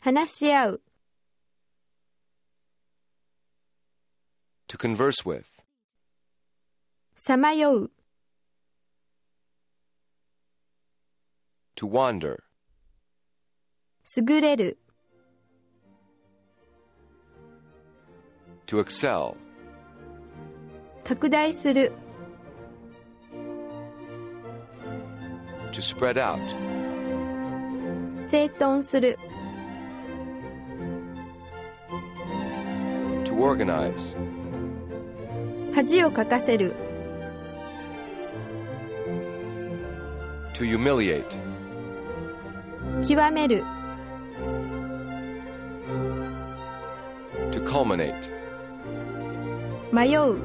話し合う、 to converse with, さまよう、 to wander, 優れる、 to excel, 拡大する、 to spread out, 整頓する、 to organize, 恥をかかせる、 to humiliate, 極める、 to culminate, 迷う、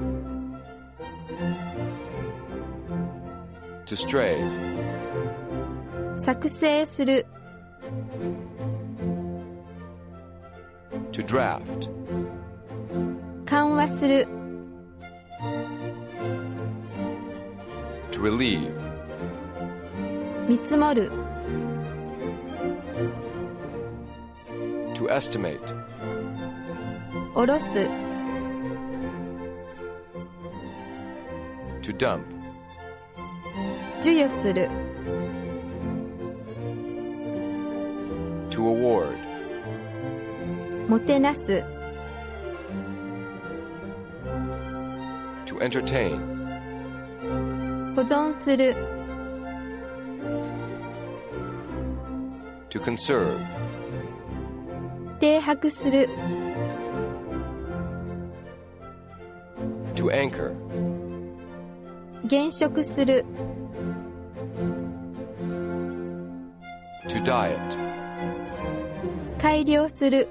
to stray, 作成する、 to draft, 緩和する、 to relieve, 見積もる、 to estimate, 下ろす、 to dump, 授与する、 to award, もてなす、 to entertain, 保存する、 to conserve, 停泊する、 to anchor, 減食する、 to diet, 改良する、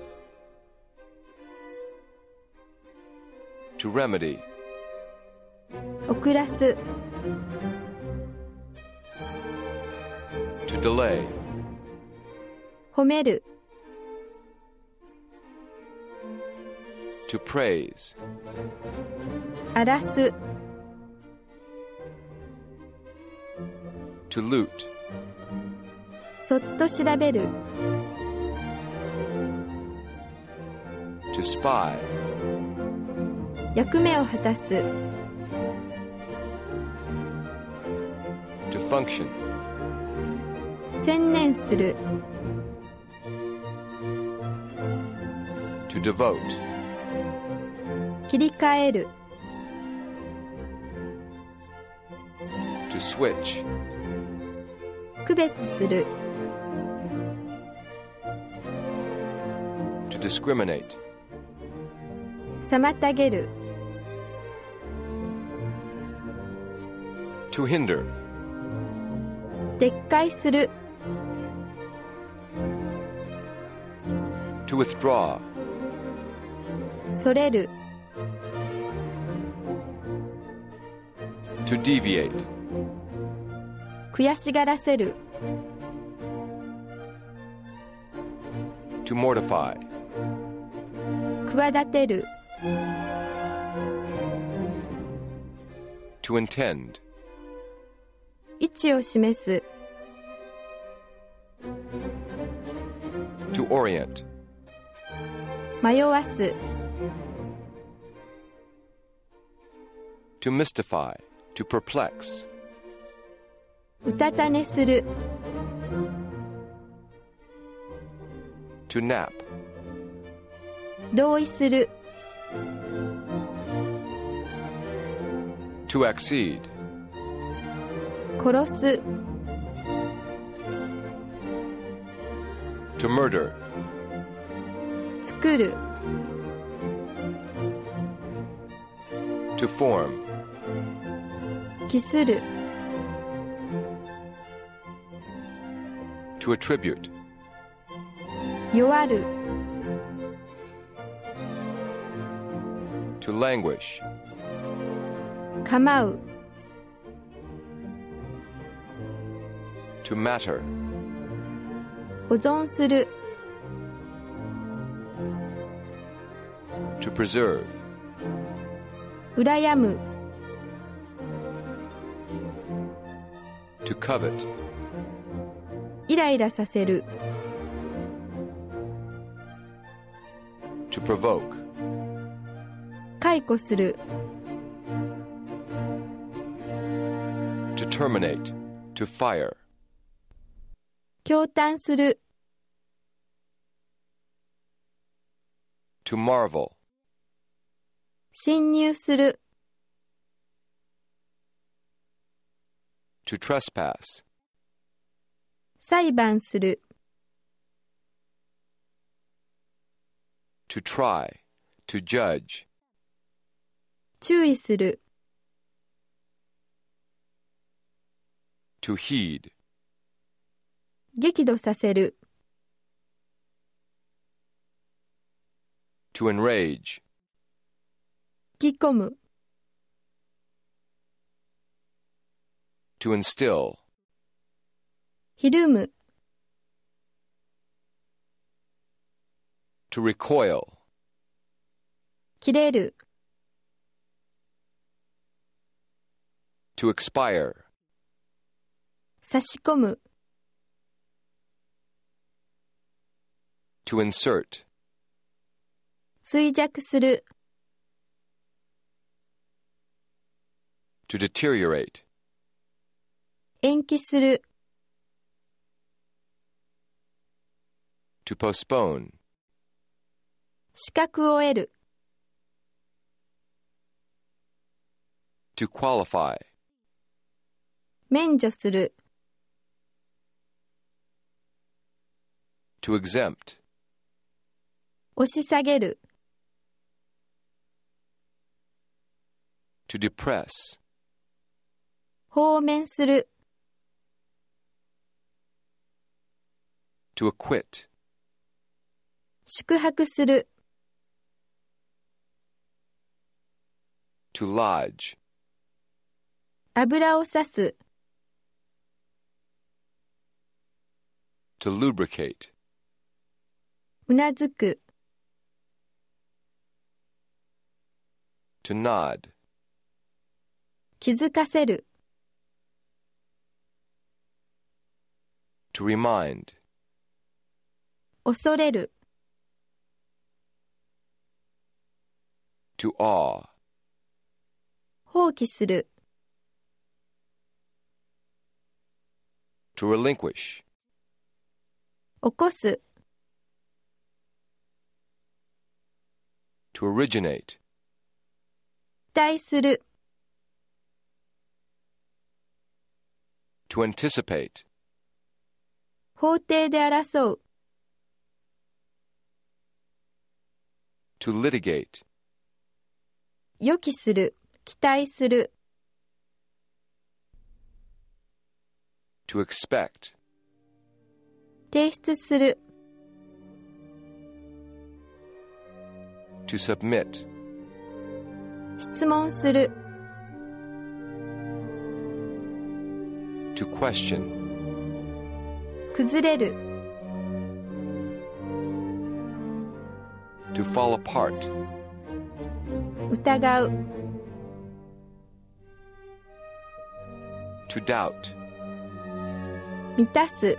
to remedy, 遅らす、 to delay, 褒める、 to praise, 荒らす、 to loot, そっと調べる、 to spy, 役目を果たす、 to function, 専念する、 to devote, 切り替える、 to switch, 区別する、 to discriminate, 妨げる、 to hinder, 撤回する、 to withdraw, それる、 to deviate, 悔しがらせる、 to mortify, 企てる、 to intend, 位置を示す、 to orient, 迷わす、 to mystify, to perplex, うたた寝する、 to nap, 同意する、 to accede, 殺す、 to murder, 作る、 to form, 期する、 to attribute, 弱る、 to languish, 構う、 to matter, 保存する、 to preserve, 羨む、 to covet, イライラさせる、 to provoke, 解雇する to terminate, to fire, 驚嘆する to marvel, 侵入する to trespass, 裁判する to try, to judge, 注意する to heed, 激怒させる to enrage, 引き込む to instill, ひるむ to recoil, 切れる to expire, 差し込む to insert, 衰弱する to deteriorate, 延期する to postpone, 資格を得る to qualify, 免除する to exempt, 押し下げる to depress, 放免する to acquit, 宿泊する to lodge, 油をさす to lubricate, うなずく to nod, 気づかせる to remind, 恐れる to awe, 放棄する to relinquish, 起こす to originate, 期待する to anticipate, 法廷で争う to litigate, 予期する期待する to expect, 提出する to submit, 質問する to question, 崩れる to fall apart, 疑う to doubt, 満たす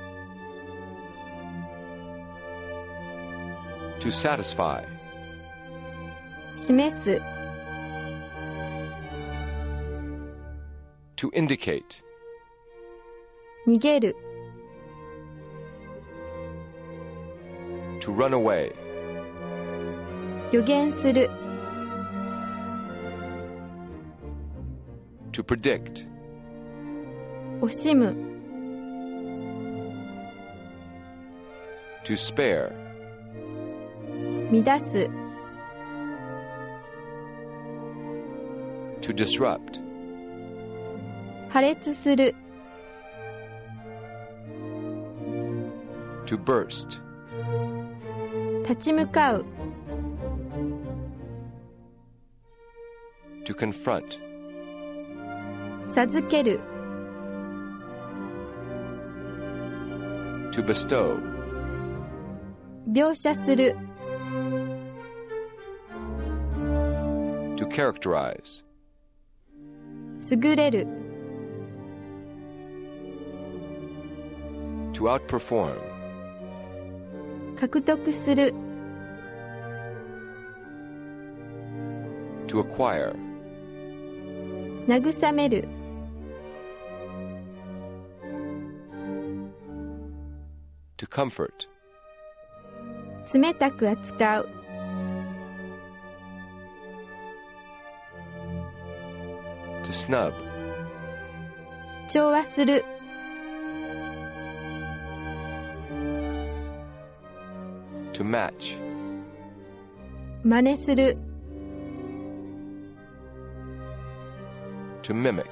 to satisfy, 示す to indicate, 逃げる to run away, 予言する to predict, 惜しむ to spare, 乱す to disrupt, 破裂する to burst, 立ち向かう to confront, 授ける to bestow, 描写する to characterize, 優れる to outperform, 獲得する to acquire, 慰める to comfort, 冷たく扱う to snub, 調和する to match, 真似する to mimic.